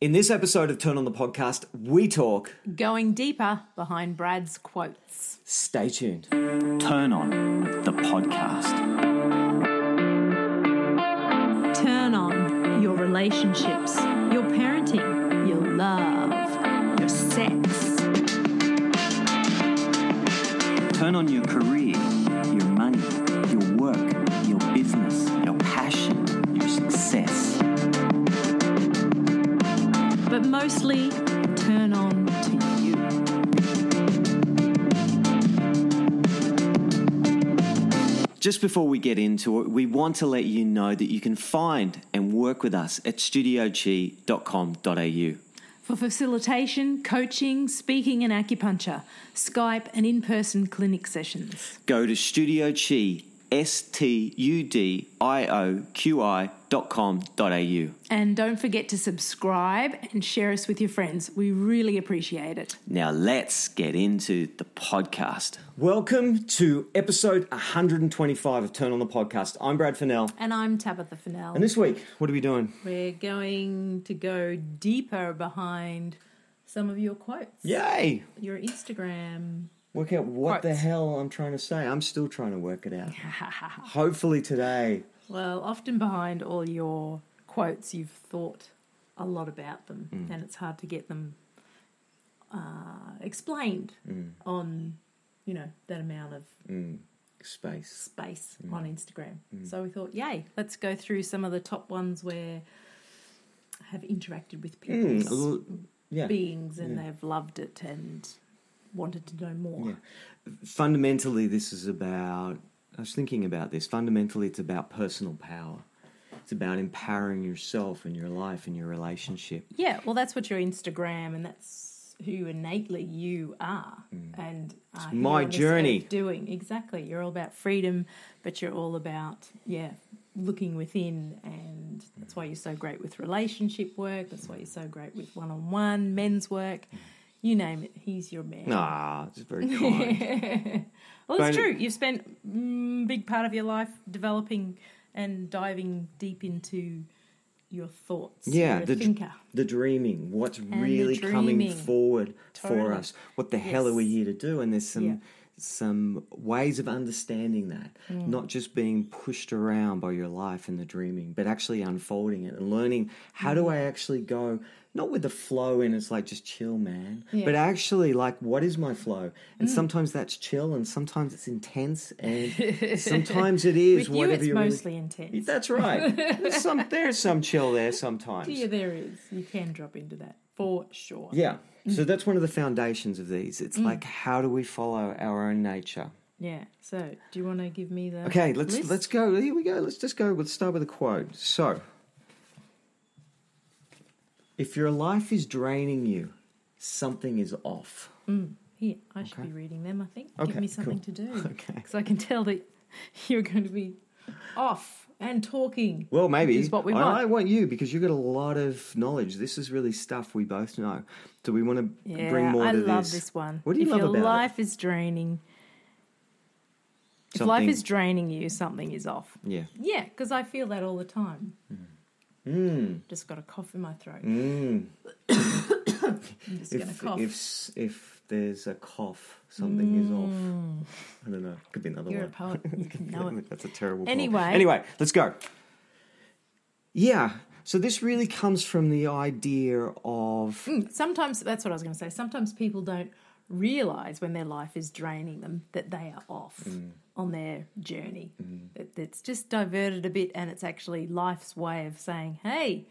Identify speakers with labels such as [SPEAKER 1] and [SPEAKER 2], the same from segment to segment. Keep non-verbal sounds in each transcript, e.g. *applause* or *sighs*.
[SPEAKER 1] In this episode of Turn on the Podcast, we talk.
[SPEAKER 2] Going deeper behind Brad's quotes.
[SPEAKER 1] Stay tuned.
[SPEAKER 3] Turn on the podcast.
[SPEAKER 2] Turn on your relationships, your parenting, your love, your sex.
[SPEAKER 3] Turn on your career, your money, your work, your business, your passion, your success.
[SPEAKER 2] But mostly, turn on to you.
[SPEAKER 1] Just before we get into it, we want to let you know that you can find and work with us at studiochi.com.au.
[SPEAKER 2] For facilitation, coaching, speaking, and acupuncture, Skype and in person clinic sessions.
[SPEAKER 1] Go to studiochi, S T U D I O Q I dot com dot au.
[SPEAKER 2] And don't forget to subscribe and share us with your friends. We really appreciate it.
[SPEAKER 1] Now let's get into the podcast. Welcome to episode 125 of Turn on the Podcast. I'm Brad Fennell.
[SPEAKER 2] And I'm Tabitha Fennell.
[SPEAKER 1] And this week, what are we doing?
[SPEAKER 2] We're going to go deeper behind some of your quotes,
[SPEAKER 1] Yay!
[SPEAKER 2] your Instagram.
[SPEAKER 1] Work out what the
[SPEAKER 2] Quotes.
[SPEAKER 1] hell I'm trying to say. I'm still trying to work it out. Hopefully today.
[SPEAKER 2] well, often behind all your quotes, you've thought a lot about them,
[SPEAKER 1] Mm.
[SPEAKER 2] and it's hard to get them uh, explained
[SPEAKER 1] Mm.
[SPEAKER 2] on, you know, that amount of
[SPEAKER 1] Space.
[SPEAKER 2] space
[SPEAKER 1] Mm.
[SPEAKER 2] on Instagram. So we thought, yay, let's go through some of the top ones where I have interacted with people.
[SPEAKER 1] L- Mm, Hmm, Yeah.
[SPEAKER 2] beings and they've loved it and wanted to know more.
[SPEAKER 1] fundamentally this is about i was thinking about this fundamentally it's about personal power it's about empowering yourself and your life and your relationship
[SPEAKER 2] Yeah, well, that's what your Instagram and that's who innately you are. And uh, here
[SPEAKER 1] Mm. my
[SPEAKER 2] on this earth
[SPEAKER 1] journey.
[SPEAKER 2] doing exactly. You're all about freedom, but you're all about yeah, looking within, and that's why you're so great with relationship work. That's why you're so great with one-on-one men's work.
[SPEAKER 1] Mm.
[SPEAKER 2] You name it, he's your man.
[SPEAKER 1] ah it's very kind
[SPEAKER 2] Well, it's
[SPEAKER 1] But-
[SPEAKER 2] true. You've spent mm, big part of your life developing and diving deep into your thoughts.
[SPEAKER 1] yeah
[SPEAKER 2] You're a thinker.
[SPEAKER 1] the dreaming what's
[SPEAKER 2] the
[SPEAKER 1] really coming
[SPEAKER 2] dreaming.
[SPEAKER 1] forward for
[SPEAKER 2] Totally.
[SPEAKER 1] us what the hell are we
[SPEAKER 2] Yes.
[SPEAKER 1] here to do and there's some
[SPEAKER 2] Yeah.
[SPEAKER 1] some ways of understanding that
[SPEAKER 2] Mm.
[SPEAKER 1] not just being pushed around by your life and the dreaming but actually unfolding it and learning how
[SPEAKER 2] Mm.
[SPEAKER 1] do i actually go not with the flow and it's like just chill man
[SPEAKER 2] Yeah. Mm.
[SPEAKER 1] but actually like what is my flow and sometimes that's chill and sometimes it's intense
[SPEAKER 2] *laughs*
[SPEAKER 1] and sometimes it is
[SPEAKER 2] With you,
[SPEAKER 1] whatever
[SPEAKER 2] it's
[SPEAKER 1] you're really-
[SPEAKER 2] mostly intense.
[SPEAKER 1] that's right
[SPEAKER 2] *laughs*
[SPEAKER 1] there's some there's some chill there sometimes
[SPEAKER 2] Yeah, there is. You can drop into that for sure.
[SPEAKER 1] yeah.
[SPEAKER 2] Mm.
[SPEAKER 1] So that's one of the foundations of these. It's like how do we follow our own nature?
[SPEAKER 2] Yeah. So, do you want to give me the
[SPEAKER 1] Okay, let's
[SPEAKER 2] list?
[SPEAKER 1] let's go. Here we go. Let's just go. Let's start with a quote. So, if your life is draining you, something is off. *laughs*
[SPEAKER 2] Here, I should be reading them. I think.
[SPEAKER 1] Okay,
[SPEAKER 2] give me something
[SPEAKER 1] cool.
[SPEAKER 2] to do.
[SPEAKER 1] *laughs* Okay.
[SPEAKER 2] Because I can tell that you're going to be off and talking.
[SPEAKER 1] Well, maybe
[SPEAKER 2] Which is what we
[SPEAKER 1] I-
[SPEAKER 2] want.
[SPEAKER 1] I want you because you've got a lot of knowledge. This is really stuff we both know. So we want to
[SPEAKER 2] Yeah,
[SPEAKER 1] bring more
[SPEAKER 2] I
[SPEAKER 1] to
[SPEAKER 2] love
[SPEAKER 1] this.
[SPEAKER 2] this, one.
[SPEAKER 1] What do you
[SPEAKER 2] if
[SPEAKER 1] love
[SPEAKER 2] your
[SPEAKER 1] about it?
[SPEAKER 2] life is draining, if life
[SPEAKER 1] Something-
[SPEAKER 2] is draining you, something is off.
[SPEAKER 1] Yeah.
[SPEAKER 2] Yeah, because I feel that all the time.
[SPEAKER 1] Hmm.
[SPEAKER 2] Just got a cough in my throat. Mm. I'm just going to
[SPEAKER 1] Mm. If,
[SPEAKER 2] cough.
[SPEAKER 1] if if there's a cough, something is off. I don't know. Could be another
[SPEAKER 2] Mm. You're a
[SPEAKER 1] one. *laughs*
[SPEAKER 2] poet. You can know it.
[SPEAKER 1] That's a terrible. call.
[SPEAKER 2] Anyway.
[SPEAKER 1] anyway, let's go. Yeah. So this really comes from the idea of
[SPEAKER 2] Mm. Sometimes, that's what I was going to say. Sometimes people don't realize when their life is draining them that they are off
[SPEAKER 1] Mm.
[SPEAKER 2] on their journey. That It's just diverted a bit and it's actually life's way of saying, hey,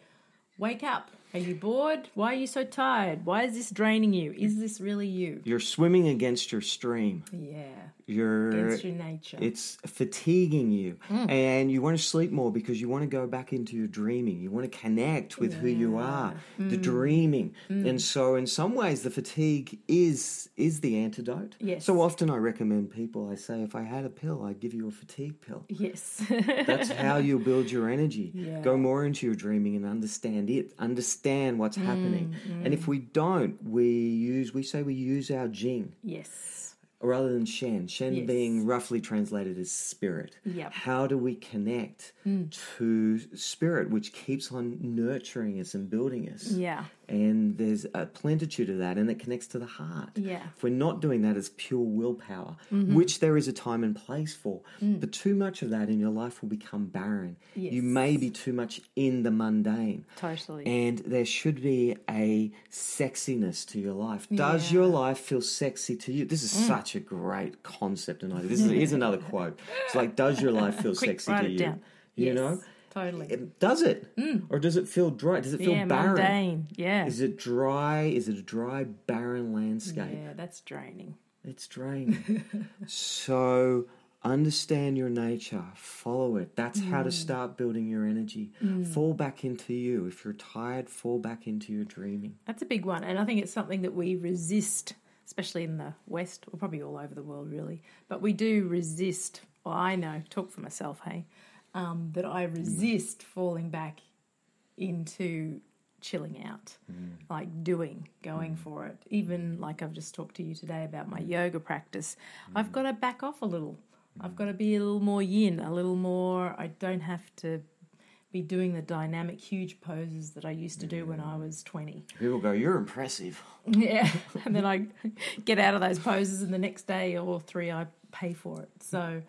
[SPEAKER 2] wake up. Are you bored? Why are you so tired? Why is this draining you? Is this really you?
[SPEAKER 1] you're swimming against your stream.
[SPEAKER 2] Yeah.
[SPEAKER 1] You're
[SPEAKER 2] Against your nature.
[SPEAKER 1] it's fatiguing you,
[SPEAKER 2] Mm.
[SPEAKER 1] and you want to sleep more because you want to go back into your dreaming. You want to connect with who you are, the
[SPEAKER 2] Mm.
[SPEAKER 1] dreaming, and so in some ways, the fatigue is is the antidote.
[SPEAKER 2] Yes.
[SPEAKER 1] So often, I recommend people. I say, if I had a pill, I'd give you a fatigue
[SPEAKER 2] *laughs*
[SPEAKER 1] pill.
[SPEAKER 2] yes.
[SPEAKER 1] That's how you build your energy.
[SPEAKER 2] Yeah.
[SPEAKER 1] Go more into your dreaming and understand it. Understand what's
[SPEAKER 2] Mm,
[SPEAKER 1] happening. And if we don't, we use we say we use our jing
[SPEAKER 2] yes.
[SPEAKER 1] rather than shen. Shen
[SPEAKER 2] Yes.
[SPEAKER 1] being roughly translated as spirit.
[SPEAKER 2] Yep. Hmm.
[SPEAKER 1] How do we connect to spirit, which keeps on nurturing us and building us?
[SPEAKER 2] Yeah.
[SPEAKER 1] And there's a plentitude of that, and it connects to the heart.
[SPEAKER 2] Yeah. Mm-hmm.
[SPEAKER 1] If we're not doing that, it's pure willpower, which there is a time and place for. But too much of that in your life will become barren. You
[SPEAKER 2] Mm. Yes.
[SPEAKER 1] may be too much in the mundane.
[SPEAKER 2] Totally.
[SPEAKER 1] And there should be a sexiness to your life. Does
[SPEAKER 2] Yeah. Mm.
[SPEAKER 1] your life feel sexy to you? This is such a great concept and idea. This is
[SPEAKER 2] *laughs*
[SPEAKER 1] here's another quote. It's like, does your life feel
[SPEAKER 2] Quick,
[SPEAKER 1] sexy
[SPEAKER 2] write
[SPEAKER 1] to
[SPEAKER 2] it
[SPEAKER 1] you?
[SPEAKER 2] down.
[SPEAKER 1] You
[SPEAKER 2] Yes,
[SPEAKER 1] know,
[SPEAKER 2] totally.
[SPEAKER 1] It- does it, or does it feel dry? Does it feel
[SPEAKER 2] yeah,
[SPEAKER 1] barren?
[SPEAKER 2] mundane. Yeah.
[SPEAKER 1] Is it dry? Is it a dry, barren landscape?
[SPEAKER 2] yeah, that's draining.
[SPEAKER 1] It's draining. so understand your nature, follow it. That's how to start building your energy. Fall back into you. If you're tired, fall back into your dreaming.
[SPEAKER 2] That's a big one. And I think it's something that we resist, especially in the West, or probably all over the world, really. But we do resist, well, I know, talk for myself, hey, um, that I resist falling back into chilling out, like doing, going for it. Even like I've just talked to you today about my yoga practice, I've got to back off a little. I've got to be a little more yin, a little more. I don't have to be doing the dynamic, huge poses that I used to do when I was 20.
[SPEAKER 1] People go, You're impressive.
[SPEAKER 2] *laughs* Yeah, and then I get out of those poses, and the next day or three, I pay for it. So,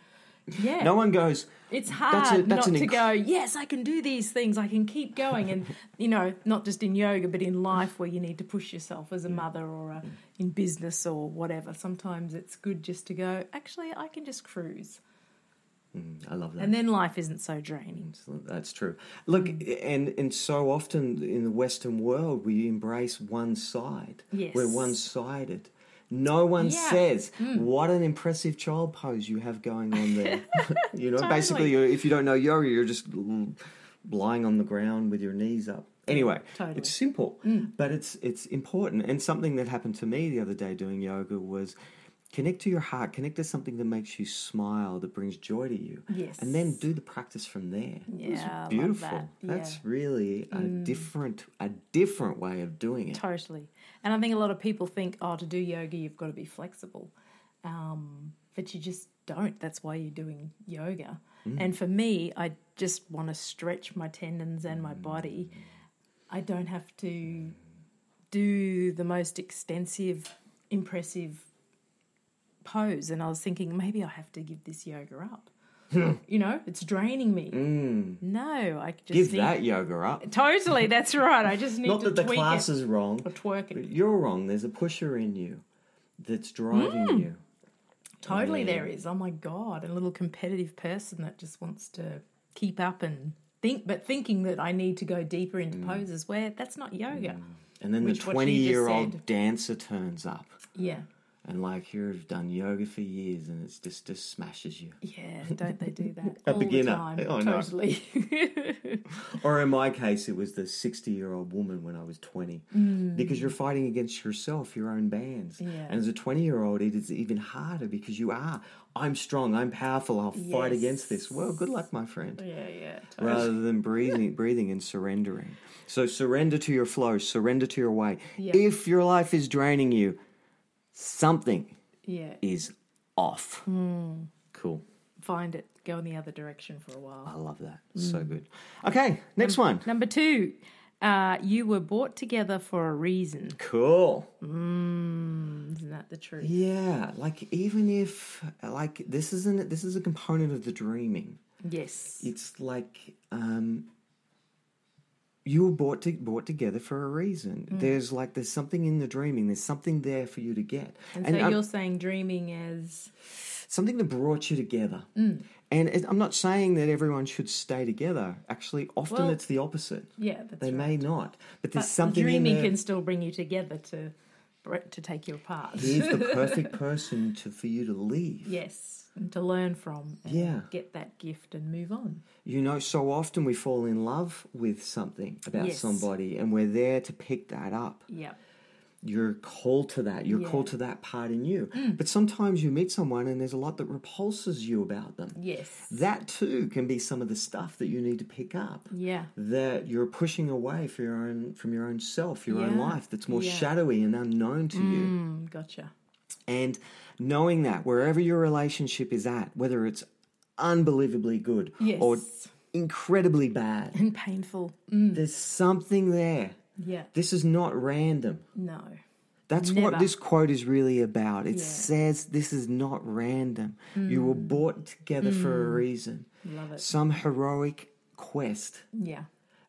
[SPEAKER 2] yeah,
[SPEAKER 1] No one goes,
[SPEAKER 2] it's hard
[SPEAKER 1] That's a- that's
[SPEAKER 2] not
[SPEAKER 1] an
[SPEAKER 2] to
[SPEAKER 1] inc-
[SPEAKER 2] go. Yes, I can do these things. I can keep going, and *laughs* you know, not just in yoga, but in life where you need to push yourself as a mother or a, in business or whatever. Sometimes it's good just to go. Actually, I can just cruise,
[SPEAKER 1] I love that.
[SPEAKER 2] and then life isn't so draining.
[SPEAKER 1] Excellent. That's true. Look, and and so often in the Western world, we embrace one side.
[SPEAKER 2] Yes.
[SPEAKER 1] We're one sided. No one
[SPEAKER 2] Yeah. Hmm.
[SPEAKER 1] says what an impressive child pose you have going on
[SPEAKER 2] *laughs*
[SPEAKER 1] there. you know, basically,
[SPEAKER 2] Totally.
[SPEAKER 1] you're, if you don't know yoga, you're just l- lying on the ground with your knees up. Anyway,
[SPEAKER 2] Totally. Hmm.
[SPEAKER 1] it's simple, but it's it's important. And something that happened to me the other day doing yoga was connect to your heart, connect to something that makes you smile, that brings joy to you,
[SPEAKER 2] Yes.
[SPEAKER 1] and then do the practice from there.
[SPEAKER 2] Yeah, I love
[SPEAKER 1] Beautiful.
[SPEAKER 2] that.
[SPEAKER 1] That's
[SPEAKER 2] Yeah. Mm.
[SPEAKER 1] really a different a different way of doing it.
[SPEAKER 2] Totally. And I think a lot of people think, oh, to do yoga, you've got to be flexible. Um, but you just don't. That's why you're doing yoga.
[SPEAKER 1] Mm.
[SPEAKER 2] And for me, I just want to stretch my tendons and my body. I don't have to do the most extensive, impressive pose. And I was thinking, maybe I have to give this yoga
[SPEAKER 1] *laughs*
[SPEAKER 2] up. you know, it's draining me. No, I just
[SPEAKER 1] Mm. Give
[SPEAKER 2] need-
[SPEAKER 1] that yoga up.
[SPEAKER 2] Totally, that's right.
[SPEAKER 1] *laughs*
[SPEAKER 2] I just need
[SPEAKER 1] Not
[SPEAKER 2] to
[SPEAKER 1] that the
[SPEAKER 2] tweak
[SPEAKER 1] class
[SPEAKER 2] it
[SPEAKER 1] is wrong.
[SPEAKER 2] or twerk it.
[SPEAKER 1] but You're wrong. There's a pusher in you that's driving
[SPEAKER 2] Mm.
[SPEAKER 1] you.
[SPEAKER 2] Totally, there is. Oh my god, a little competitive person that just wants to keep up and think, but thinking that I need to go deeper into
[SPEAKER 1] Mm.
[SPEAKER 2] poses where that's not yoga.
[SPEAKER 1] And then
[SPEAKER 2] Which
[SPEAKER 1] the
[SPEAKER 2] what
[SPEAKER 1] 20
[SPEAKER 2] she just
[SPEAKER 1] year old
[SPEAKER 2] said.
[SPEAKER 1] dancer turns up.
[SPEAKER 2] Yeah,
[SPEAKER 1] And like you've done yoga for years and it's just just smashes you.
[SPEAKER 2] yeah. Don't they do that?
[SPEAKER 1] *laughs* A
[SPEAKER 2] all
[SPEAKER 1] beginner.
[SPEAKER 2] The time.
[SPEAKER 1] Oh, no.
[SPEAKER 2] totally. *laughs*
[SPEAKER 1] Or in my case it was the 60 year old woman when I was 20. Because you're fighting against yourself, your own bands.
[SPEAKER 2] Mm. Yeah.
[SPEAKER 1] And as a 20 year old it is even harder because you are I'm strong, I'm powerful, I'll fight against this. Well, good luck my friend.
[SPEAKER 2] yeah, yeah. Totally.
[SPEAKER 1] rather
[SPEAKER 2] *laughs*
[SPEAKER 1] than breathing breathing and surrendering so surrender to your flow surrender to your way
[SPEAKER 2] Yeah.
[SPEAKER 1] if your life is draining you something
[SPEAKER 2] Yeah.
[SPEAKER 1] is off
[SPEAKER 2] Hmm.
[SPEAKER 1] cool
[SPEAKER 2] Find it. Go in the other direction for a while.
[SPEAKER 1] i love that
[SPEAKER 2] Hmm.
[SPEAKER 1] so good okay next one
[SPEAKER 2] Number two, uh, you were brought together for a reason. Mm,
[SPEAKER 1] cool
[SPEAKER 2] Isn't that the truth?
[SPEAKER 1] yeah like even if like this isn't this is a component of the dreaming
[SPEAKER 2] Yes.
[SPEAKER 1] it's like um you were brought to, brought together for a reason.
[SPEAKER 2] Mm.
[SPEAKER 1] There's like there's something in the dreaming. There's something there for you to get.
[SPEAKER 2] And so
[SPEAKER 1] I'm-
[SPEAKER 2] you're saying dreaming as
[SPEAKER 1] something that brought you together.
[SPEAKER 2] Mm.
[SPEAKER 1] And it, I'm not saying that everyone should stay together. Actually, often
[SPEAKER 2] Well,
[SPEAKER 1] it's the opposite.
[SPEAKER 2] yeah, that's
[SPEAKER 1] They
[SPEAKER 2] right.
[SPEAKER 1] may not, but there's
[SPEAKER 2] But
[SPEAKER 1] something
[SPEAKER 2] dreaming
[SPEAKER 1] in there.
[SPEAKER 2] can still bring you together to br- to take you apart.
[SPEAKER 1] Here's
[SPEAKER 2] *laughs*
[SPEAKER 1] the perfect person to for you to leave.
[SPEAKER 2] yes, and to learn from. And
[SPEAKER 1] Yeah.
[SPEAKER 2] get that gift and move on.
[SPEAKER 1] You know, so often we fall in love with something about
[SPEAKER 2] Yes.
[SPEAKER 1] somebody, and we're there to pick that up.
[SPEAKER 2] Yeah,
[SPEAKER 1] You're called to that. You're
[SPEAKER 2] Yeah. Hmm.
[SPEAKER 1] called to that part in you. But sometimes you meet someone, and there's a lot that repulses you about them.
[SPEAKER 2] yes,
[SPEAKER 1] That too can be some of the stuff that you need to pick up.
[SPEAKER 2] yeah,
[SPEAKER 1] that you're pushing away for your own from your own self, your own
[SPEAKER 2] Yeah.
[SPEAKER 1] life that's more
[SPEAKER 2] Yeah.
[SPEAKER 1] shadowy and unknown to you.
[SPEAKER 2] Mm, gotcha.
[SPEAKER 1] And knowing that wherever your relationship is at, whether it's unbelievably good
[SPEAKER 2] Yes,
[SPEAKER 1] or incredibly bad,
[SPEAKER 2] and painful.
[SPEAKER 1] there's something there
[SPEAKER 2] Yeah.
[SPEAKER 1] This is not random.
[SPEAKER 2] No.
[SPEAKER 1] That's
[SPEAKER 2] Never.
[SPEAKER 1] what this quote is really about. It
[SPEAKER 2] Yeah. Mm.
[SPEAKER 1] says this is not random. You were brought together for a reason.
[SPEAKER 2] Love it.
[SPEAKER 1] Some heroic quest,
[SPEAKER 2] Yeah.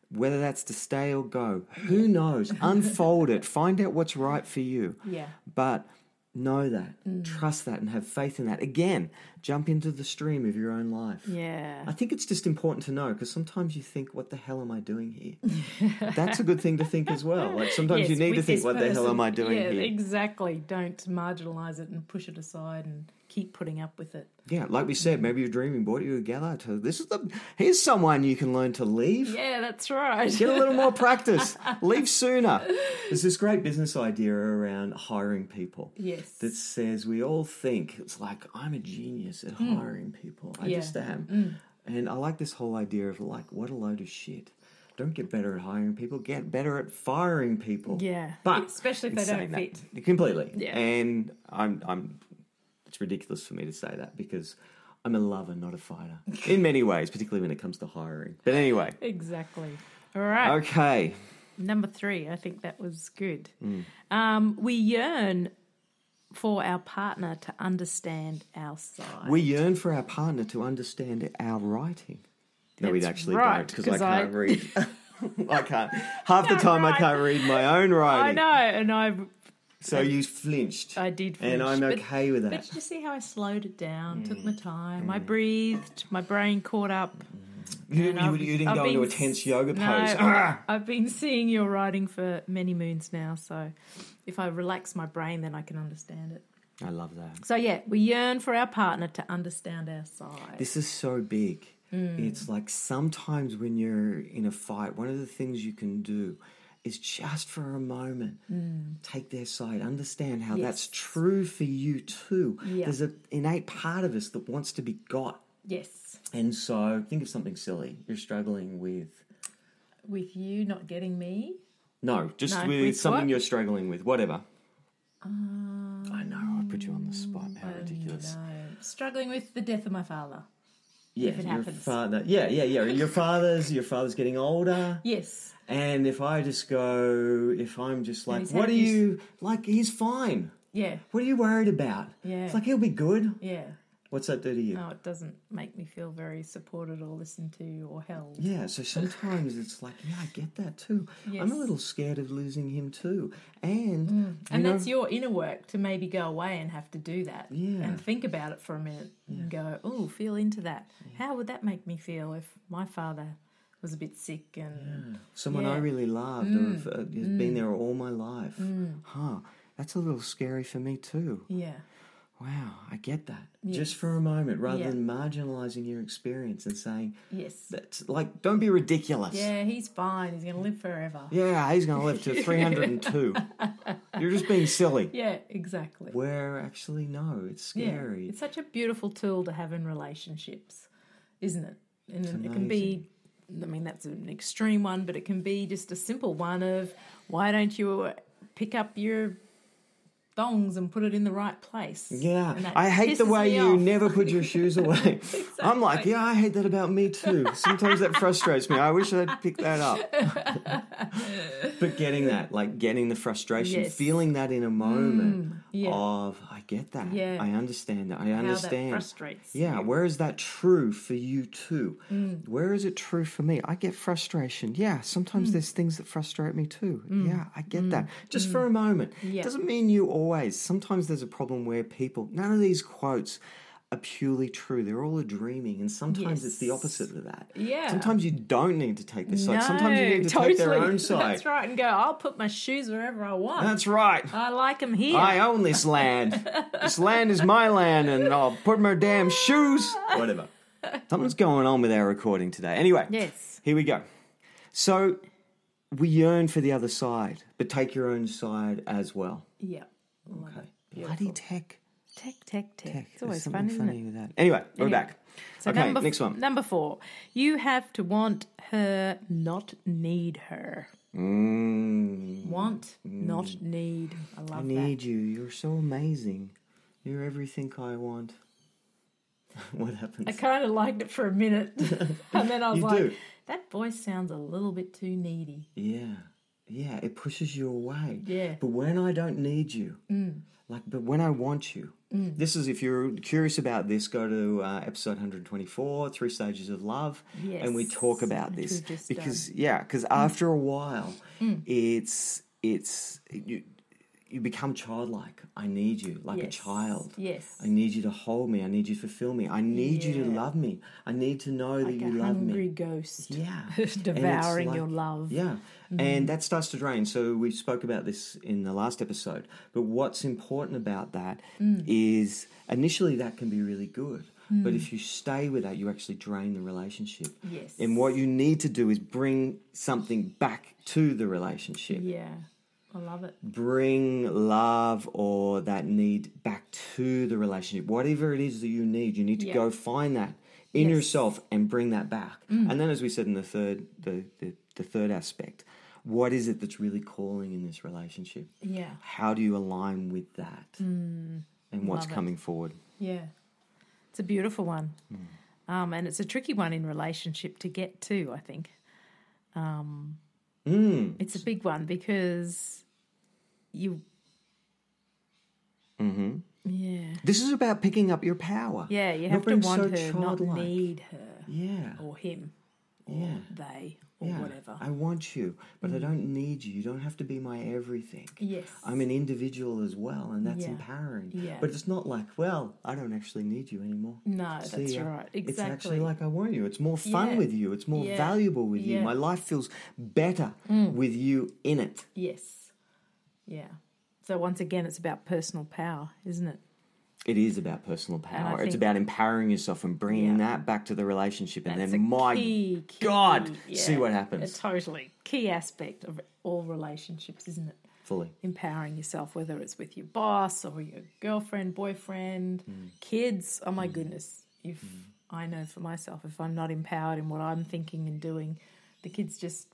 [SPEAKER 1] whether that's to stay or go. Who knows? Unfold
[SPEAKER 2] *laughs*
[SPEAKER 1] it. Find out what's right for you.
[SPEAKER 2] Yeah.
[SPEAKER 1] But know that,
[SPEAKER 2] Mm.
[SPEAKER 1] trust that, and have faith in that. Again, jump into the stream of your own life.
[SPEAKER 2] Yeah.
[SPEAKER 1] I think it's just important to know because sometimes you think, what the hell am I doing here? That's a good thing to think as well. Like sometimes
[SPEAKER 2] Yes,
[SPEAKER 1] you need to
[SPEAKER 2] with
[SPEAKER 1] think,
[SPEAKER 2] this
[SPEAKER 1] what the hell am I
[SPEAKER 2] person.
[SPEAKER 1] doing
[SPEAKER 2] yeah,
[SPEAKER 1] here?
[SPEAKER 2] Exactly. Don't marginalise it and push it aside and keep putting up with it.
[SPEAKER 1] Yeah, like we said, maybe your dreaming brought you together. To, this is the here's someone you can learn to leave.
[SPEAKER 2] Yeah, that's right.
[SPEAKER 1] Get a little more
[SPEAKER 2] *laughs*
[SPEAKER 1] practice. leave sooner. There's this great business idea around hiring people.
[SPEAKER 2] Yes.
[SPEAKER 1] that says we all think it's like I'm a genius at hiring people. I
[SPEAKER 2] Hmm. Yeah. Mm.
[SPEAKER 1] just am. And I like this whole idea of like, what a load of shit. Don't get better at hiring people, get better at firing people.
[SPEAKER 2] Yeah.
[SPEAKER 1] But
[SPEAKER 2] Especially if
[SPEAKER 1] in
[SPEAKER 2] they don't
[SPEAKER 1] saying that- Completely.
[SPEAKER 2] Yeah.
[SPEAKER 1] And I'm I'm it's ridiculous for me to say that because I'm a lover, not a
[SPEAKER 2] *laughs*
[SPEAKER 1] fighter. in many ways, particularly when it comes to hiring. But anyway.
[SPEAKER 2] exactly. All right.
[SPEAKER 1] Okay.
[SPEAKER 2] Number three, I think that was good.
[SPEAKER 1] Mm.
[SPEAKER 2] Um, we yearn for our partner to understand our side.
[SPEAKER 1] We yearn for our partner to understand our writing. No, we
[SPEAKER 2] That's
[SPEAKER 1] actually
[SPEAKER 2] right,
[SPEAKER 1] don't because I
[SPEAKER 2] 'cause
[SPEAKER 1] can't
[SPEAKER 2] I-
[SPEAKER 1] read.
[SPEAKER 2] *laughs*
[SPEAKER 1] *laughs* I can't. Half the
[SPEAKER 2] No,
[SPEAKER 1] time I
[SPEAKER 2] right.
[SPEAKER 1] can't read my own
[SPEAKER 2] I
[SPEAKER 1] writing.
[SPEAKER 2] know, and I
[SPEAKER 1] So you flinched.
[SPEAKER 2] I did,
[SPEAKER 1] and
[SPEAKER 2] flinch,
[SPEAKER 1] I'm
[SPEAKER 2] but-
[SPEAKER 1] okay with
[SPEAKER 2] But
[SPEAKER 1] that.
[SPEAKER 2] did you see how I slowed it down? Took
[SPEAKER 1] Mm.
[SPEAKER 2] my time. I breathed. My brain caught up.
[SPEAKER 1] You,
[SPEAKER 2] and
[SPEAKER 1] you-
[SPEAKER 2] I've-
[SPEAKER 1] you didn't
[SPEAKER 2] I've
[SPEAKER 1] go into a
[SPEAKER 2] been
[SPEAKER 1] tense yoga
[SPEAKER 2] No,
[SPEAKER 1] pose.
[SPEAKER 2] *laughs*
[SPEAKER 1] Ah!
[SPEAKER 2] I've been seeing your writing for many moons now, so if I relax my brain, then I can understand it.
[SPEAKER 1] I love that.
[SPEAKER 2] So yeah, we yearn for our partner to understand our side.
[SPEAKER 1] This is so big. It's like sometimes when you're in a fight, one of the things you can do is just for a moment take their side, understand how that's
[SPEAKER 2] Yes.
[SPEAKER 1] true for you too.
[SPEAKER 2] Yeah.
[SPEAKER 1] There's an innate part of us that wants to be got.
[SPEAKER 2] yes,
[SPEAKER 1] And so think of something silly you're struggling with.
[SPEAKER 2] with you not getting me.
[SPEAKER 1] No, just
[SPEAKER 2] No,
[SPEAKER 1] with,
[SPEAKER 2] with
[SPEAKER 1] something
[SPEAKER 2] what?
[SPEAKER 1] you're struggling with, whatever.
[SPEAKER 2] Uh,
[SPEAKER 1] I know, I put you on the spot. How ridiculous.
[SPEAKER 2] No, struggling with the death of my father.
[SPEAKER 1] Yeah,
[SPEAKER 2] it
[SPEAKER 1] your
[SPEAKER 2] happens.
[SPEAKER 1] father. Yeah, yeah, yeah. Your father's your father's getting older.
[SPEAKER 2] Yes,
[SPEAKER 1] And if I just go, if I'm just like,
[SPEAKER 2] he's
[SPEAKER 1] what are
[SPEAKER 2] had his-
[SPEAKER 1] you like? He's fine.
[SPEAKER 2] yeah,
[SPEAKER 1] What are you worried about?
[SPEAKER 2] Yeah. Oh.
[SPEAKER 1] it's like he'll be good.
[SPEAKER 2] yeah.
[SPEAKER 1] What's that do to you?
[SPEAKER 2] No, it doesn't make me feel very supported or listened to or held.
[SPEAKER 1] Yeah, so sometimes it's like, yeah, I get that too. I'm a
[SPEAKER 2] Yes. Mm.
[SPEAKER 1] little scared of losing him too. And you
[SPEAKER 2] And
[SPEAKER 1] know,
[SPEAKER 2] that's your inner work to maybe go away and have to do that
[SPEAKER 1] Yeah.
[SPEAKER 2] and think about it for a minute and go, oh, feel into that. How would that make me feel if my father was a bit sick and
[SPEAKER 1] someone I
[SPEAKER 2] Yeah. Mm.
[SPEAKER 1] really loved or have, uh, has been there all my life. Huh, that's a little scary for me too.
[SPEAKER 2] yeah,
[SPEAKER 1] Wow, I get that. Just for a moment, rather
[SPEAKER 2] Yeah.
[SPEAKER 1] than marginalizing your experience and saying,
[SPEAKER 2] yes,
[SPEAKER 1] that's like, don't be ridiculous.
[SPEAKER 2] yeah, he's fine. He's going to live forever. *laughs* Yeah,
[SPEAKER 1] Yeah, he's going to live to 302. You're just being silly.
[SPEAKER 2] *laughs* exactly.
[SPEAKER 1] Where actually, no, it's
[SPEAKER 2] Yeah.
[SPEAKER 1] scary.
[SPEAKER 2] It's such a beautiful tool to have in relationships, isn't it? And it can be, I mean, that's an extreme one, but it can be just a simple one of why don't you uh, pick up your thongs and put it in the right place?
[SPEAKER 1] yeah,
[SPEAKER 2] And that
[SPEAKER 1] I hate the
[SPEAKER 2] pisses
[SPEAKER 1] way
[SPEAKER 2] me
[SPEAKER 1] you
[SPEAKER 2] off.
[SPEAKER 1] never put
[SPEAKER 2] *laughs*
[SPEAKER 1] your shoes away. I'm like, yeah, I hate that about me too. Sometimes that frustrates me. I wish I'd picked that
[SPEAKER 2] *laughs*
[SPEAKER 1] up. but getting that, like getting the frustration,
[SPEAKER 2] Yes. Mm,
[SPEAKER 1] feeling that in a moment
[SPEAKER 2] yeah.
[SPEAKER 1] of, I get that.
[SPEAKER 2] Yeah.
[SPEAKER 1] I understand that. I
[SPEAKER 2] How that
[SPEAKER 1] understand.
[SPEAKER 2] frustrates.
[SPEAKER 1] Yeah, where is that true for you too?
[SPEAKER 2] Mm.
[SPEAKER 1] Where is it true for me? I get frustration. Yeah, sometimes
[SPEAKER 2] Mm.
[SPEAKER 1] there's things that frustrate me too. Yeah, I get that. Just for a moment.
[SPEAKER 2] Yeah.
[SPEAKER 1] Doesn't mean you always. Sometimes there's a problem where people, none of these quotes are purely true. They're all a dreaming. And sometimes it's the
[SPEAKER 2] Yes.
[SPEAKER 1] opposite of that.
[SPEAKER 2] Yeah.
[SPEAKER 1] Sometimes you don't need to take this side.
[SPEAKER 2] No,
[SPEAKER 1] sometimes you need to
[SPEAKER 2] totally.
[SPEAKER 1] take their own side.
[SPEAKER 2] *laughs* That's right, and go. I'll put my shoes wherever I want.
[SPEAKER 1] That's right.
[SPEAKER 2] I like them here.
[SPEAKER 1] I own this land.
[SPEAKER 2] *laughs*
[SPEAKER 1] this land is my land, and I'll put my damn shoes. Whatever. Something's going on with our recording today. Anyway,
[SPEAKER 2] yes.
[SPEAKER 1] here we go. So we yearn for the other side, but take your own side as well.
[SPEAKER 2] Yeah. Love it.
[SPEAKER 1] Bloody tech.
[SPEAKER 2] Tech, tech, tech.
[SPEAKER 1] tech.
[SPEAKER 2] It's
[SPEAKER 1] There's
[SPEAKER 2] always fun,
[SPEAKER 1] something
[SPEAKER 2] isn't it?
[SPEAKER 1] funny with that. Anyway, we're
[SPEAKER 2] Anyway.
[SPEAKER 1] back.
[SPEAKER 2] So
[SPEAKER 1] okay,
[SPEAKER 2] number f-
[SPEAKER 1] next one.
[SPEAKER 2] Number four. You have to want her, not need her.
[SPEAKER 1] Mm,
[SPEAKER 2] Want, not need. I love
[SPEAKER 1] I need you. You're so amazing. You're everything I want. *laughs* what happens?
[SPEAKER 2] that. I kind of liked it for
[SPEAKER 1] *laughs*
[SPEAKER 2] a minute, *laughs* and then I was
[SPEAKER 1] You
[SPEAKER 2] like,
[SPEAKER 1] do.
[SPEAKER 2] "That voice sounds a little bit too needy."
[SPEAKER 1] Yeah. yeah, it pushes you away.
[SPEAKER 2] Yeah. Mm.
[SPEAKER 1] But when I don't need you, like, but when I want you, this is if you're curious about this, go to uh, episode 124, Three Stages of Love, and we
[SPEAKER 2] Yes,
[SPEAKER 1] talk about
[SPEAKER 2] which
[SPEAKER 1] this
[SPEAKER 2] we've just Mm.
[SPEAKER 1] because yeah, because after a while, it's it's you you become childlike. I need you like a
[SPEAKER 2] Yes.
[SPEAKER 1] child.
[SPEAKER 2] Yes.
[SPEAKER 1] I need you to hold me. I need you to fulfill me. I need you to
[SPEAKER 2] Yeah.
[SPEAKER 1] love me. I need to know that
[SPEAKER 2] Like
[SPEAKER 1] you
[SPEAKER 2] a
[SPEAKER 1] love me.
[SPEAKER 2] hungry ghost. *laughs*
[SPEAKER 1] Yeah. And
[SPEAKER 2] devouring
[SPEAKER 1] it's
[SPEAKER 2] your love. Mm-hmm.
[SPEAKER 1] Yeah. And that starts to drain. So we spoke about this in the last episode. But what's important about that is
[SPEAKER 2] Mm.
[SPEAKER 1] initially that can be really good. But if you stay with that, you actually drain the relationship.
[SPEAKER 2] Mm. Yes.
[SPEAKER 1] And what you need to do is bring something back to the relationship.
[SPEAKER 2] Yeah. I love it.
[SPEAKER 1] Bring love or that need back to the relationship. Whatever it is that you need, you need to
[SPEAKER 2] Yeah.
[SPEAKER 1] go find that in
[SPEAKER 2] Yes. Mm.
[SPEAKER 1] yourself and bring that back. And then, as we said in the third, the, the the third aspect, what is it that's really calling in this relationship?
[SPEAKER 2] Yeah.
[SPEAKER 1] How do you align with that? and what's
[SPEAKER 2] Mm. love it.
[SPEAKER 1] coming forward?
[SPEAKER 2] Yeah. It's a beautiful one.
[SPEAKER 1] Hmm.
[SPEAKER 2] Um, and it's a tricky one in relationship to get to, I think.
[SPEAKER 1] Hmm.
[SPEAKER 2] Um, It's a big one because you. Mm-hmm. Yeah.
[SPEAKER 1] This is about picking up your power.
[SPEAKER 2] Yeah, you
[SPEAKER 1] Not
[SPEAKER 2] have to
[SPEAKER 1] being
[SPEAKER 2] want
[SPEAKER 1] so
[SPEAKER 2] her, not
[SPEAKER 1] childlike.
[SPEAKER 2] need her
[SPEAKER 1] Yeah.
[SPEAKER 2] or him or
[SPEAKER 1] Yeah.
[SPEAKER 2] they or
[SPEAKER 1] Yeah,
[SPEAKER 2] whatever. Mm.
[SPEAKER 1] I want you, but I don't need you. You don't have to be my everything.
[SPEAKER 2] Yes.
[SPEAKER 1] I'm an individual as well, and that's
[SPEAKER 2] Yeah.
[SPEAKER 1] empowering.
[SPEAKER 2] Yeah.
[SPEAKER 1] But it's not like, well, I don't actually need you anymore.
[SPEAKER 2] No, that's
[SPEAKER 1] ya.
[SPEAKER 2] right.
[SPEAKER 1] It's actually
[SPEAKER 2] Exactly.
[SPEAKER 1] like I want you. It's more fun
[SPEAKER 2] Yeah.
[SPEAKER 1] with you. It's more
[SPEAKER 2] Yeah.
[SPEAKER 1] valuable with you.
[SPEAKER 2] Yeah. Mm.
[SPEAKER 1] My life feels better with you in it.
[SPEAKER 2] yes. Yeah. So once again, it's about personal power, isn't it?
[SPEAKER 1] It is about personal power. It's
[SPEAKER 2] think-
[SPEAKER 1] about empowering yourself and bringing
[SPEAKER 2] Yeah.
[SPEAKER 1] that back to the relationship. And
[SPEAKER 2] That's
[SPEAKER 1] then,
[SPEAKER 2] a
[SPEAKER 1] my
[SPEAKER 2] key- key-
[SPEAKER 1] God, see
[SPEAKER 2] yeah,
[SPEAKER 1] what happens.
[SPEAKER 2] A totally key aspect of all relationships, isn't it?
[SPEAKER 1] Fully.
[SPEAKER 2] Empowering yourself, whether it's with your boss or your girlfriend, boyfriend,
[SPEAKER 1] Mm.
[SPEAKER 2] kids. Oh my goodness. If I know for myself, if I'm not empowered in what I'm thinking and doing, the kids just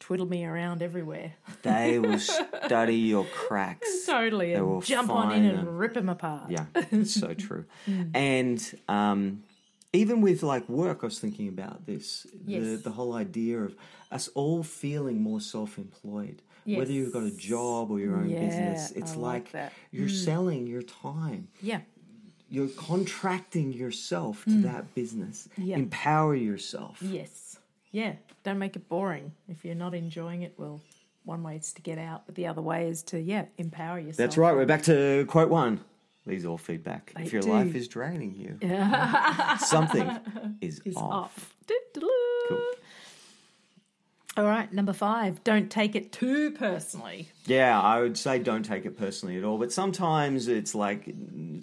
[SPEAKER 2] twiddle me around everywhere. *laughs*
[SPEAKER 1] They will study your cracks.
[SPEAKER 2] totally.
[SPEAKER 1] will
[SPEAKER 2] And jump on in
[SPEAKER 1] find them.
[SPEAKER 2] and rip them apart. *laughs*
[SPEAKER 1] Yeah, it's so true.
[SPEAKER 2] Mm.
[SPEAKER 1] And um, even with like work, I was thinking about this the,
[SPEAKER 2] Yes.
[SPEAKER 1] the whole idea of us all feeling more self employed. Whether you've got a
[SPEAKER 2] Yes.
[SPEAKER 1] job or your own
[SPEAKER 2] Yeah,
[SPEAKER 1] business, it's
[SPEAKER 2] I like
[SPEAKER 1] like,
[SPEAKER 2] that. Mm.
[SPEAKER 1] you're selling your time.
[SPEAKER 2] Yeah.
[SPEAKER 1] You're contracting yourself to that business.
[SPEAKER 2] Mm. Yeah.
[SPEAKER 1] Empower yourself.
[SPEAKER 2] Yes. Yeah. Don't make it boring. If you're not enjoying it, well, one way is to get out, but the other way is to, yeah, empower yourself.
[SPEAKER 1] That's right. We're back to quote one. These are all feedback.
[SPEAKER 2] They
[SPEAKER 1] if your
[SPEAKER 2] do.
[SPEAKER 1] life is draining
[SPEAKER 2] *laughs*
[SPEAKER 1] you, something is,
[SPEAKER 2] It's
[SPEAKER 1] off.
[SPEAKER 2] off. Doodaloo. All right, number five. Don't take it too personally.
[SPEAKER 1] Yeah, I would say don't take it personally at all. But sometimes it's like,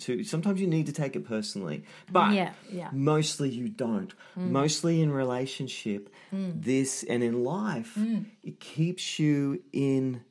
[SPEAKER 1] to, sometimes you need to take it personally. But
[SPEAKER 2] Yeah, yeah.
[SPEAKER 1] Mm.
[SPEAKER 2] Mm.
[SPEAKER 1] mostly you don't. Mostly in relationship, this and in life,
[SPEAKER 2] Mm.
[SPEAKER 1] it keeps you in.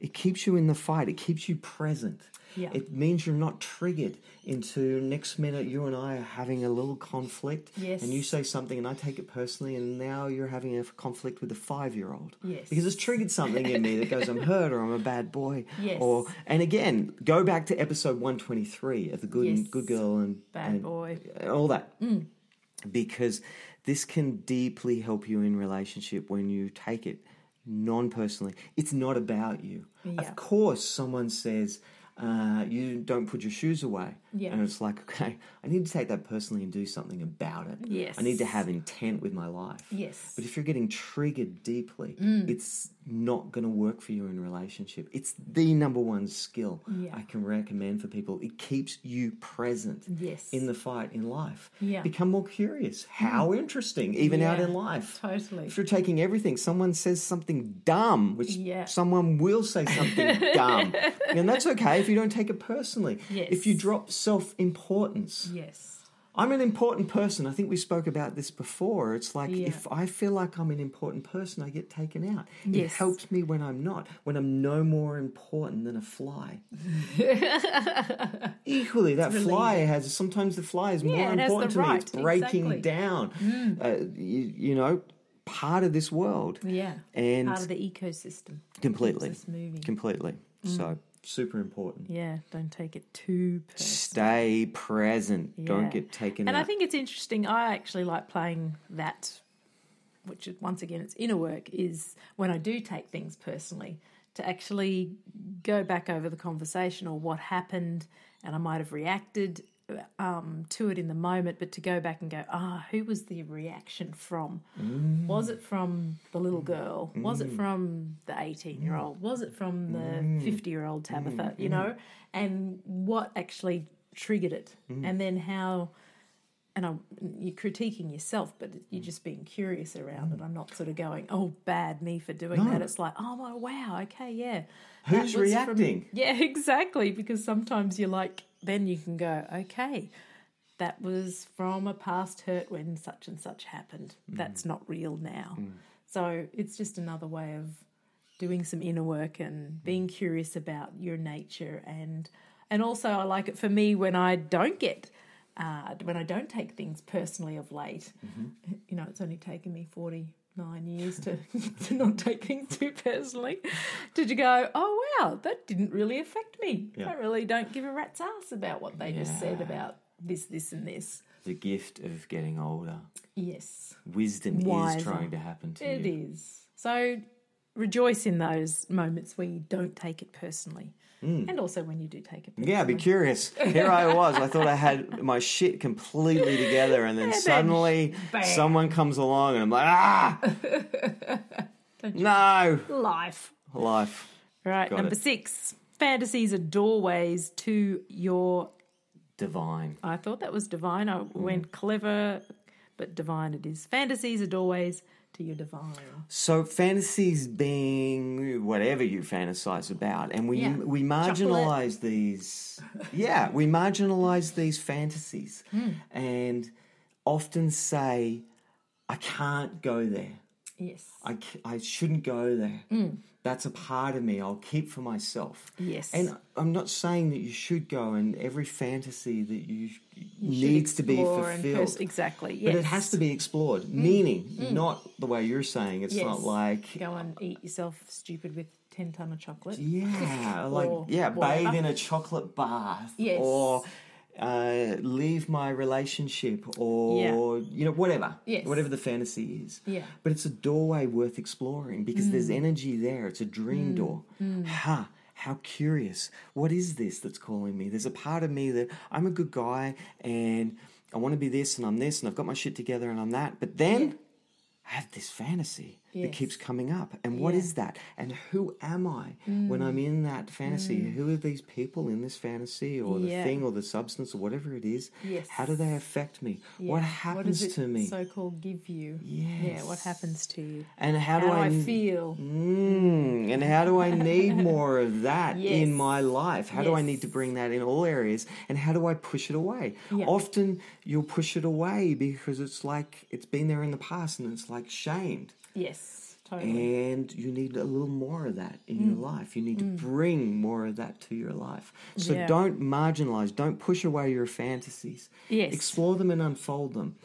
[SPEAKER 1] It keeps you in the fight. It keeps you present.
[SPEAKER 2] Yeah.
[SPEAKER 1] It means you're not triggered into next minute you and I are having a little conflict.
[SPEAKER 2] Yes.
[SPEAKER 1] And you say something and I take it personally and now you're having a conflict with a five year old.
[SPEAKER 2] Yes.
[SPEAKER 1] Because it's triggered something in me that goes, I'm hurt or I'm a bad boy.
[SPEAKER 2] Yes.
[SPEAKER 1] Or and again, go back to episode one twenty three of the good
[SPEAKER 2] Yes.
[SPEAKER 1] and good girl and
[SPEAKER 2] Bad
[SPEAKER 1] and
[SPEAKER 2] boy.
[SPEAKER 1] all that.
[SPEAKER 2] Mm.
[SPEAKER 1] Because this can deeply help you in relationship when you take it non personally. It's not about you.
[SPEAKER 2] Yeah.
[SPEAKER 1] Of course, someone says, uh, you don't put your shoes away.
[SPEAKER 2] Yeah.
[SPEAKER 1] And it's like, *laughs* okay, I need to take that personally and do something about it.
[SPEAKER 2] Yes.
[SPEAKER 1] I need to have intent with my life.
[SPEAKER 2] Yes.
[SPEAKER 1] But if you're getting triggered deeply,
[SPEAKER 2] Mm.
[SPEAKER 1] it's not going to work for you in a relationship. It's the number one skill
[SPEAKER 2] Yeah.
[SPEAKER 1] I can recommend for people. It keeps you present
[SPEAKER 2] Yes.
[SPEAKER 1] in the fight in life.
[SPEAKER 2] Yeah. Mm.
[SPEAKER 1] Become more curious. How interesting, even out
[SPEAKER 2] Yeah,
[SPEAKER 1] in life.
[SPEAKER 2] totally.
[SPEAKER 1] If you're taking everything, someone says something dumb, which
[SPEAKER 2] Yeah.
[SPEAKER 1] someone will say
[SPEAKER 2] *laughs*
[SPEAKER 1] something dumb. And that's okay if you don't take it personally.
[SPEAKER 2] Yes.
[SPEAKER 1] If you drop self importance.
[SPEAKER 2] Yes.
[SPEAKER 1] I'm an important person. I think we spoke about this before. It's like
[SPEAKER 2] Yeah.
[SPEAKER 1] if I feel like I'm an important person, I get taken out. It
[SPEAKER 2] Yes.
[SPEAKER 1] helps me when I'm not, when I'm no more important than a
[SPEAKER 2] *laughs*
[SPEAKER 1] fly. Equally, that fly has sometimes the fly is more
[SPEAKER 2] it has the
[SPEAKER 1] important to me. It's
[SPEAKER 2] right,
[SPEAKER 1] breaking
[SPEAKER 2] exactly. Mm.
[SPEAKER 1] down, uh, you, you know, part of this world.
[SPEAKER 2] Yeah.
[SPEAKER 1] And
[SPEAKER 2] Part of the ecosystem.
[SPEAKER 1] completely,
[SPEAKER 2] Keeps us moving.
[SPEAKER 1] completely. So super important.
[SPEAKER 2] Yeah. Don't take it too personally.
[SPEAKER 1] Stay present. Don't
[SPEAKER 2] Yeah.
[SPEAKER 1] get taken
[SPEAKER 2] And
[SPEAKER 1] out.
[SPEAKER 2] I think it's interesting. I actually like playing that which is, once again it's inner work, is when I do take things personally to actually go back over the conversation or what happened, and I might have reacted um, to it in the moment, but to go back and go, ah, who was the reaction from? Was it from the little girl? Was it from the 18 year old? Was it from the 50 year old Tabitha? You know, and what actually triggered it? And then how. And I'm, you're critiquing yourself, but you're just being curious around it. I'm not sort of going, "Oh, bad me for doing that." It's like, "Oh my wow, okay, yeah." that
[SPEAKER 1] Who's
[SPEAKER 2] was from-
[SPEAKER 1] reacting?
[SPEAKER 2] yeah, *laughs* exactly. Because sometimes you're like, then you can go, okay, that was from a past hurt when such and such happened. That's not real now. So it's just another way of doing some inner work and being curious about your nature and and also I like it for me when I don't get uh, when I don't take things personally of late. You know, it's only taken me forty nine years to, *laughs* to not take things too personally. Did you go, oh wow, that didn't really affect me. I really don't give a rat's ass about what they just said about this, this, and this.
[SPEAKER 1] The gift of getting older.
[SPEAKER 2] Yes,
[SPEAKER 1] Wisdom
[SPEAKER 2] Wiser.
[SPEAKER 1] is trying to happen to
[SPEAKER 2] it
[SPEAKER 1] you.
[SPEAKER 2] is. So rejoice in those moments where you don't take it personally. And also when you do take it personally.
[SPEAKER 1] Mm. Yeah, be curious. Here I was. I thought I had my shit completely together, and then suddenly
[SPEAKER 2] bam.
[SPEAKER 1] someone comes along, and I'm like, ah, no,
[SPEAKER 2] Life.
[SPEAKER 1] life.
[SPEAKER 2] Right,
[SPEAKER 1] Got
[SPEAKER 2] number
[SPEAKER 1] it.
[SPEAKER 2] six. Fantasies are doorways to your.
[SPEAKER 1] Divine.
[SPEAKER 2] I thought that was divine. I
[SPEAKER 1] Mm.
[SPEAKER 2] went clever, but divine it is. Fantasies are doorways to your divine.
[SPEAKER 1] So fantasies being whatever you fantasize about, and we
[SPEAKER 2] Yeah.
[SPEAKER 1] we marginalize
[SPEAKER 2] *laughs*
[SPEAKER 1] these. Yeah, we marginalize these fantasies,
[SPEAKER 2] Hmm.
[SPEAKER 1] and often say, "I can't go there.
[SPEAKER 2] Yes.
[SPEAKER 1] I, c- I shouldn't go there. That's a part of me. I'll keep for myself."
[SPEAKER 2] Hmm. Yes.
[SPEAKER 1] And I'm not saying that you should go, and every fantasy that you, needs to be
[SPEAKER 2] Explore and
[SPEAKER 1] fulfilled.
[SPEAKER 2] pers- exactly. Yes. Hmm.
[SPEAKER 1] But it has to be explored, meaning not the way you're saying. It's not
[SPEAKER 2] Yes.
[SPEAKER 1] like
[SPEAKER 2] Go and eat yourself stupid with 10 ton of chocolate. *laughs*
[SPEAKER 1] yeah, like
[SPEAKER 2] Or
[SPEAKER 1] yeah, bathe
[SPEAKER 2] whatever.
[SPEAKER 1] in a chocolate bath,
[SPEAKER 2] Yes.
[SPEAKER 1] or uh, leave my relationship, or you know whatever,
[SPEAKER 2] Yes.
[SPEAKER 1] whatever the fantasy is.
[SPEAKER 2] Yeah. Mm.
[SPEAKER 1] but it's a doorway worth exploring because there's energy there. It's a dream door. Ha. How curious. What is this that's calling me? There's a part of me that I'm a good guy and I want to be this and I'm this and I've got my shit together and I'm that. But then I have this fantasy that
[SPEAKER 2] Yes.
[SPEAKER 1] keeps coming up. And what
[SPEAKER 2] Yeah.
[SPEAKER 1] is that? And who am I when I'm in that fantasy? Who are these people in this fantasy or the
[SPEAKER 2] Mm. Yeah.
[SPEAKER 1] thing or the substance or whatever it is?
[SPEAKER 2] Yes.
[SPEAKER 1] How do they affect me? What
[SPEAKER 2] Yeah.
[SPEAKER 1] happens
[SPEAKER 2] does it
[SPEAKER 1] to me?
[SPEAKER 2] So called give you. Yeah, what
[SPEAKER 1] Yes.
[SPEAKER 2] happens to you?
[SPEAKER 1] and how,
[SPEAKER 2] How do I
[SPEAKER 1] n-
[SPEAKER 2] feel?
[SPEAKER 1] Mm, and how do I
[SPEAKER 2] *laughs*
[SPEAKER 1] need more of that
[SPEAKER 2] Yes.
[SPEAKER 1] in my life? How do I
[SPEAKER 2] Yes.
[SPEAKER 1] need to bring that in all areas? And how do I push it away?
[SPEAKER 2] Yeah.
[SPEAKER 1] Often you'll push it away because it's like it's been there in the past and it's like shamed.
[SPEAKER 2] Yes,
[SPEAKER 1] Eh.
[SPEAKER 2] totally.
[SPEAKER 1] And you need a little more of that in
[SPEAKER 2] Mm.
[SPEAKER 1] your life. You need to bring more of that to your life. So
[SPEAKER 2] Yeah.
[SPEAKER 1] don't marginalize, don't push away your fantasies.
[SPEAKER 2] Yes. Mm.
[SPEAKER 1] Explore them and unfold them.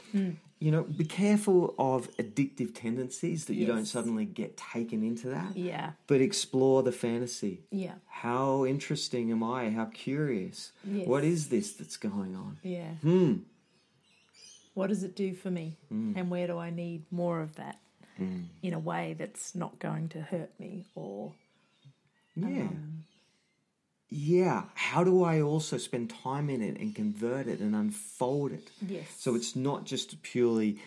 [SPEAKER 1] You know, be careful of addictive tendencies that you don't
[SPEAKER 2] Yes.
[SPEAKER 1] suddenly get taken into that.
[SPEAKER 2] Yeah,
[SPEAKER 1] But explore the fantasy.
[SPEAKER 2] yeah,
[SPEAKER 1] How interesting am I? How curious.
[SPEAKER 2] Yes.
[SPEAKER 1] What is this that's going on? Hmm.
[SPEAKER 2] yeah. What does it do for me? And where do I need more of that
[SPEAKER 1] Hmm.
[SPEAKER 2] in a way that's not going to hurt me or.
[SPEAKER 1] Yeah. yeah. How do I also spend time in it and convert it and unfold it?
[SPEAKER 2] Yes.
[SPEAKER 1] So it's not just purely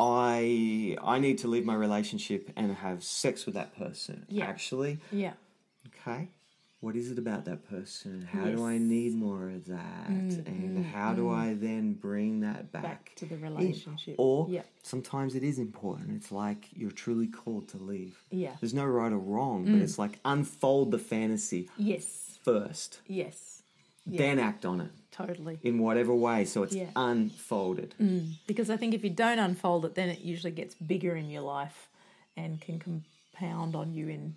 [SPEAKER 1] I I need to leave my relationship and have sex with that person.
[SPEAKER 2] Yeah.
[SPEAKER 1] Actually,
[SPEAKER 2] Yeah,
[SPEAKER 1] okay. What is it about that person? How
[SPEAKER 2] Yes. Mm,
[SPEAKER 1] do I need more of that? and how do I then bring that back,
[SPEAKER 2] back to the
[SPEAKER 1] in?
[SPEAKER 2] relationship.
[SPEAKER 1] Or
[SPEAKER 2] yeah,
[SPEAKER 1] sometimes it is important. It's like you're truly called to leave.
[SPEAKER 2] yeah. Mm.
[SPEAKER 1] There's no right or wrong, but it's like unfold the fantasy
[SPEAKER 2] Yes,
[SPEAKER 1] first,
[SPEAKER 2] yes,
[SPEAKER 1] then act on it
[SPEAKER 2] totally.
[SPEAKER 1] in whatever way. So it's
[SPEAKER 2] Yeah. Mm.
[SPEAKER 1] unfolded.
[SPEAKER 2] Because I think if you don't unfold it, then it usually gets bigger in your life and can compound on you in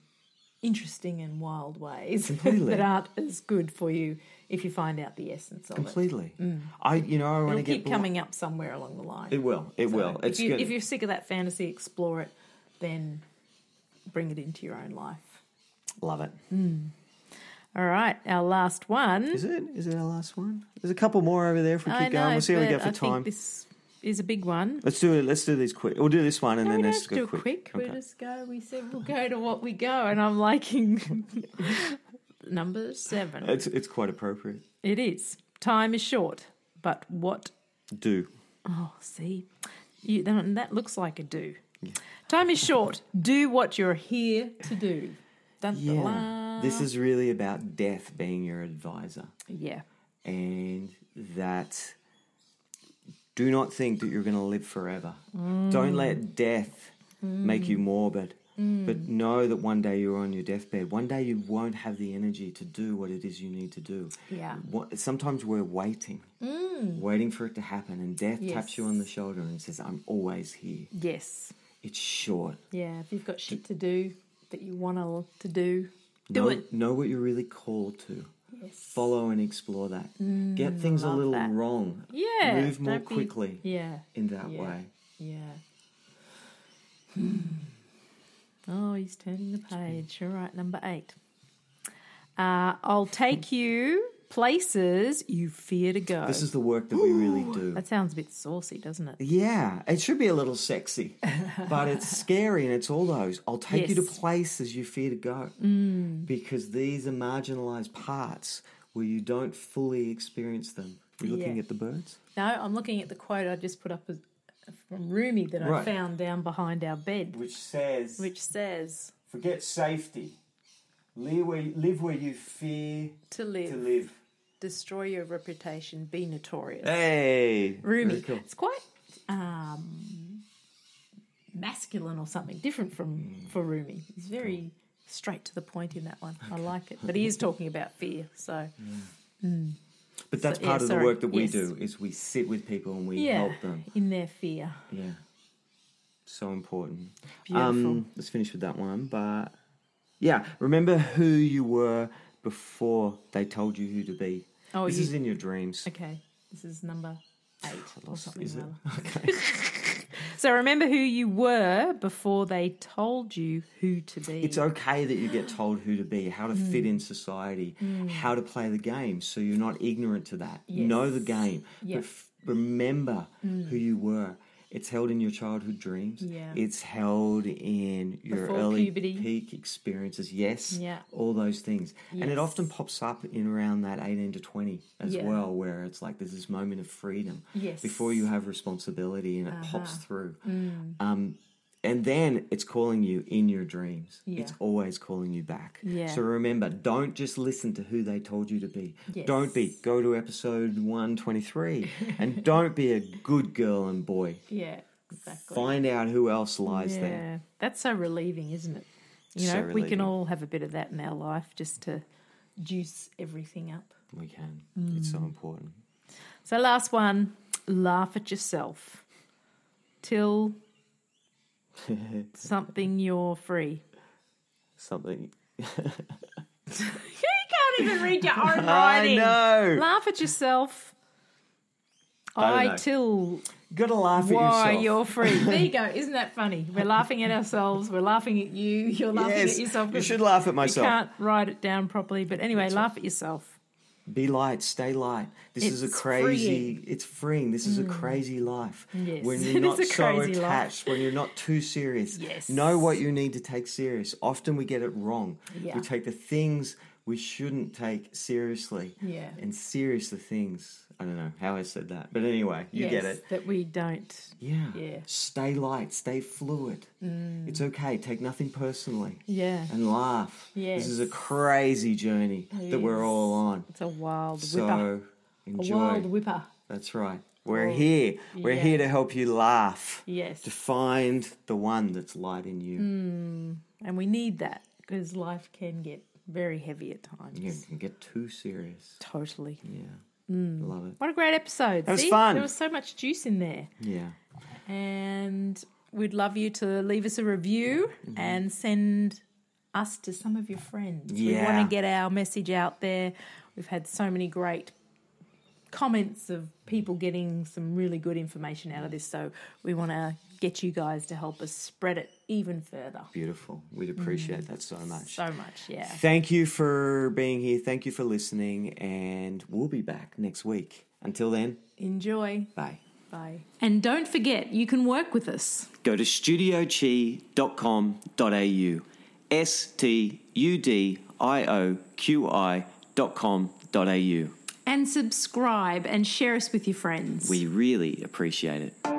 [SPEAKER 2] interesting and wild ways
[SPEAKER 1] Completely.
[SPEAKER 2] *laughs* that aren't as good for you if you find out the essence of it.
[SPEAKER 1] Completely. I, you know, I want to
[SPEAKER 2] Mm. It'll
[SPEAKER 1] get
[SPEAKER 2] keep
[SPEAKER 1] blo-
[SPEAKER 2] coming up somewhere along the line.
[SPEAKER 1] It will. It will. It's
[SPEAKER 2] if, you,
[SPEAKER 1] good.
[SPEAKER 2] if you're sick of that fantasy, explore it, then bring it into your own life.
[SPEAKER 1] Love it.
[SPEAKER 2] Mm. All right, our last one.
[SPEAKER 1] Is it? Is it our last one? There's a couple more over there. If we keep
[SPEAKER 2] I know,
[SPEAKER 1] going, we'll see how we
[SPEAKER 2] but
[SPEAKER 1] go for
[SPEAKER 2] I
[SPEAKER 1] time.
[SPEAKER 2] Think this is a big one.
[SPEAKER 1] Let's do it. Let's do these quick. We'll do this one and
[SPEAKER 2] No,
[SPEAKER 1] then
[SPEAKER 2] we don't
[SPEAKER 1] let's
[SPEAKER 2] have to
[SPEAKER 1] go
[SPEAKER 2] do it
[SPEAKER 1] quick.
[SPEAKER 2] quick. We
[SPEAKER 1] Okay.
[SPEAKER 2] just go. We said we'll go to what we go, and I'm liking *laughs* number seven.
[SPEAKER 1] It's it's quite appropriate.
[SPEAKER 2] It is. Time is short, but what?
[SPEAKER 1] Do
[SPEAKER 2] Oh, see, you, that, that looks like a do. Time is short. Do what you're here to do. Dun, dun,
[SPEAKER 1] yeah.
[SPEAKER 2] dun.
[SPEAKER 1] This is really about death being your advisor,
[SPEAKER 2] Yeah.
[SPEAKER 1] and that do not think that you're going to live forever.
[SPEAKER 2] Mm.
[SPEAKER 1] Don't let death make you morbid.
[SPEAKER 2] Mm.
[SPEAKER 1] But know that one day you're on your deathbed. One day you won't have the energy to do what it is you need to do.
[SPEAKER 2] Yeah. Mm.
[SPEAKER 1] What, sometimes we're waiting, waiting for it to happen, and death taps you on the
[SPEAKER 2] Yes.
[SPEAKER 1] shoulder and says, "I'm always here."
[SPEAKER 2] Yes.
[SPEAKER 1] It's short.
[SPEAKER 2] Yeah. If you've got shit to do that you want to do, do
[SPEAKER 1] know,
[SPEAKER 2] it.
[SPEAKER 1] Know what you're really called to. Follow and explore that. Get things a
[SPEAKER 2] Mm, love
[SPEAKER 1] little
[SPEAKER 2] that.
[SPEAKER 1] wrong.
[SPEAKER 2] Yeah.
[SPEAKER 1] Move more
[SPEAKER 2] don't be-
[SPEAKER 1] quickly
[SPEAKER 2] Yeah.
[SPEAKER 1] in that
[SPEAKER 2] Yeah.
[SPEAKER 1] way.
[SPEAKER 2] Yeah. *sighs* oh, he's turning the page. All right, number eight. Uh, I'll take you places you fear to go.
[SPEAKER 1] This is the work that we really do.
[SPEAKER 2] that sounds a bit saucy, doesn't it?
[SPEAKER 1] Yeah, it should be a little
[SPEAKER 2] *laughs*
[SPEAKER 1] sexy, but it's scary and it's all those. I'll take you to
[SPEAKER 2] Yes. Mm.
[SPEAKER 1] places you fear to go because these are marginalized parts where you don't fully experience them. You're looking
[SPEAKER 2] Yeah.
[SPEAKER 1] at the birds?
[SPEAKER 2] No, I'm looking at the quote I just put up as, from Rumi that I
[SPEAKER 1] Right.
[SPEAKER 2] found down behind our bed,
[SPEAKER 1] Which says,
[SPEAKER 2] which says
[SPEAKER 1] forget safety, live where, live where you fear
[SPEAKER 2] to live,
[SPEAKER 1] live.
[SPEAKER 2] destroy your reputation, be notorious.
[SPEAKER 1] Hey!
[SPEAKER 2] Rumi.
[SPEAKER 1] Very cool.
[SPEAKER 2] It's quite um, masculine or something different from for Rumi. He's very straight to the point in that one. I like it, but he is talking about fear.
[SPEAKER 1] Mm,
[SPEAKER 2] So
[SPEAKER 1] But that's
[SPEAKER 2] So- yeah,
[SPEAKER 1] part of
[SPEAKER 2] sorry.
[SPEAKER 1] the work that we
[SPEAKER 2] Yes.
[SPEAKER 1] do is we sit with people and we
[SPEAKER 2] yeah,
[SPEAKER 1] help them.
[SPEAKER 2] in their fear,
[SPEAKER 1] Yeah. So important. Um,
[SPEAKER 2] beautiful.
[SPEAKER 1] let's finish with that one. But yeah, remember who you were before they told you who to be.
[SPEAKER 2] Oh,
[SPEAKER 1] this
[SPEAKER 2] you-
[SPEAKER 1] is in your dreams.
[SPEAKER 2] okay, this is number eight or something.
[SPEAKER 1] Is it? *laughs*
[SPEAKER 2] rather.
[SPEAKER 1] Okay.
[SPEAKER 2] *laughs* So remember who you were before they told you who to be.
[SPEAKER 1] it's okay that you get told who to be, how to fit
[SPEAKER 2] Mm.
[SPEAKER 1] in society, how to play the game, so you're not ignorant to that. Know the
[SPEAKER 2] Yes.
[SPEAKER 1] game,
[SPEAKER 2] Yeah.
[SPEAKER 1] but f- remember who you were. It's held in your childhood dreams.
[SPEAKER 2] Yeah.
[SPEAKER 1] It's held in your
[SPEAKER 2] Before
[SPEAKER 1] early
[SPEAKER 2] puberty.
[SPEAKER 1] peak experiences. Yes.
[SPEAKER 2] Yeah.
[SPEAKER 1] All those things. And
[SPEAKER 2] Yes.
[SPEAKER 1] it often pops up in around that 18 to 20 as
[SPEAKER 2] Yeah.
[SPEAKER 1] well, where it's like there's this moment of freedom
[SPEAKER 2] Yes. Uh-huh. Mm.
[SPEAKER 1] before you have responsibility and it pops through. Um, and then it's calling you in your dreams. It's
[SPEAKER 2] Yeah.
[SPEAKER 1] always calling you back.
[SPEAKER 2] Yeah.
[SPEAKER 1] So remember, don't just listen to who they told you to be. Don't be.
[SPEAKER 2] Yes.
[SPEAKER 1] Go to episode
[SPEAKER 2] *laughs*
[SPEAKER 1] 123 and don't be a good girl and boy.
[SPEAKER 2] yeah, exactly.
[SPEAKER 1] Find out who else lies
[SPEAKER 2] yeah.
[SPEAKER 1] there.
[SPEAKER 2] That's so relieving, isn't it? You know,
[SPEAKER 1] So
[SPEAKER 2] we can
[SPEAKER 1] relieving.
[SPEAKER 2] all have a bit of that in our life just to juice everything up.
[SPEAKER 1] We can. It's so
[SPEAKER 2] Mm.
[SPEAKER 1] important.
[SPEAKER 2] So, last one laugh at yourself
[SPEAKER 1] *laughs*
[SPEAKER 2] till something you're free.
[SPEAKER 1] Something.
[SPEAKER 2] you can't even
[SPEAKER 1] *laughs*
[SPEAKER 2] read your own
[SPEAKER 1] I
[SPEAKER 2] writing.
[SPEAKER 1] know.
[SPEAKER 2] Laugh at yourself.
[SPEAKER 1] I don't
[SPEAKER 2] I,
[SPEAKER 1] know.
[SPEAKER 2] till
[SPEAKER 1] Gotta laugh at
[SPEAKER 2] why
[SPEAKER 1] yourself.
[SPEAKER 2] you're free. There you go. Isn't that funny? We're laughing at ourselves. We're laughing at you. You're laughing
[SPEAKER 1] yes,
[SPEAKER 2] at yourself.
[SPEAKER 1] you should laugh at
[SPEAKER 2] You
[SPEAKER 1] myself.
[SPEAKER 2] can't write it down properly. But anyway, laugh at yourself.
[SPEAKER 1] Be light, stay light. This is a
[SPEAKER 2] It's Mm.
[SPEAKER 1] crazy. It's freeing. This is a crazy life.
[SPEAKER 2] Yes, *laughs*
[SPEAKER 1] When
[SPEAKER 2] it
[SPEAKER 1] you're not
[SPEAKER 2] is a
[SPEAKER 1] so
[SPEAKER 2] crazy life.
[SPEAKER 1] attached, when you're not too serious.
[SPEAKER 2] Yes.
[SPEAKER 1] Know what you need to take serious. Often we get it wrong.
[SPEAKER 2] Yeah.
[SPEAKER 1] We take the things we shouldn't take seriously.
[SPEAKER 2] Yeah.
[SPEAKER 1] And serious the things. I don't know how I said that, but anyway, you get
[SPEAKER 2] Yes,
[SPEAKER 1] it.
[SPEAKER 2] That we don't.
[SPEAKER 1] Yeah.
[SPEAKER 2] Yeah. Mm.
[SPEAKER 1] Stay light. Stay fluid. It's okay. Take nothing personally.
[SPEAKER 2] Yeah.
[SPEAKER 1] And laugh. This is a
[SPEAKER 2] Yes.
[SPEAKER 1] crazy journey that we're
[SPEAKER 2] is.
[SPEAKER 1] all on.
[SPEAKER 2] It's a wild whipper.
[SPEAKER 1] So
[SPEAKER 2] A
[SPEAKER 1] enjoy.
[SPEAKER 2] wild whipper.
[SPEAKER 1] That's right. We're here. We're
[SPEAKER 2] yeah.
[SPEAKER 1] here to help you laugh.
[SPEAKER 2] Yes. Mm.
[SPEAKER 1] To find the one that's light in you.
[SPEAKER 2] And we need that because life can get very heavy at times.
[SPEAKER 1] You can get too serious.
[SPEAKER 2] Totally.
[SPEAKER 1] Yeah.
[SPEAKER 2] Mm.
[SPEAKER 1] Love it.
[SPEAKER 2] What a great episode. That
[SPEAKER 1] was fun.
[SPEAKER 2] There was so much juice in there.
[SPEAKER 1] Yeah.
[SPEAKER 2] And we'd love you to leave us a review and send us to some of your friends. We
[SPEAKER 1] Yeah.
[SPEAKER 2] want to get our message out there. We've had so many great comments of people getting some really good information out of this. So we want to get you guys to help us spread it even further.
[SPEAKER 1] Beautiful. We'd
[SPEAKER 2] Mm.
[SPEAKER 1] appreciate that so much.
[SPEAKER 2] So much, yeah.
[SPEAKER 1] Thank you for being here. Thank you for listening. And we'll be back next week. Until then,
[SPEAKER 2] Enjoy.
[SPEAKER 1] bye.
[SPEAKER 2] Bye. And don't forget, you can work with us.
[SPEAKER 1] Go to studiochi.com.au. S T U D I O Q I dot com dot au.
[SPEAKER 2] And subscribe and share us with your friends.
[SPEAKER 1] We really appreciate it.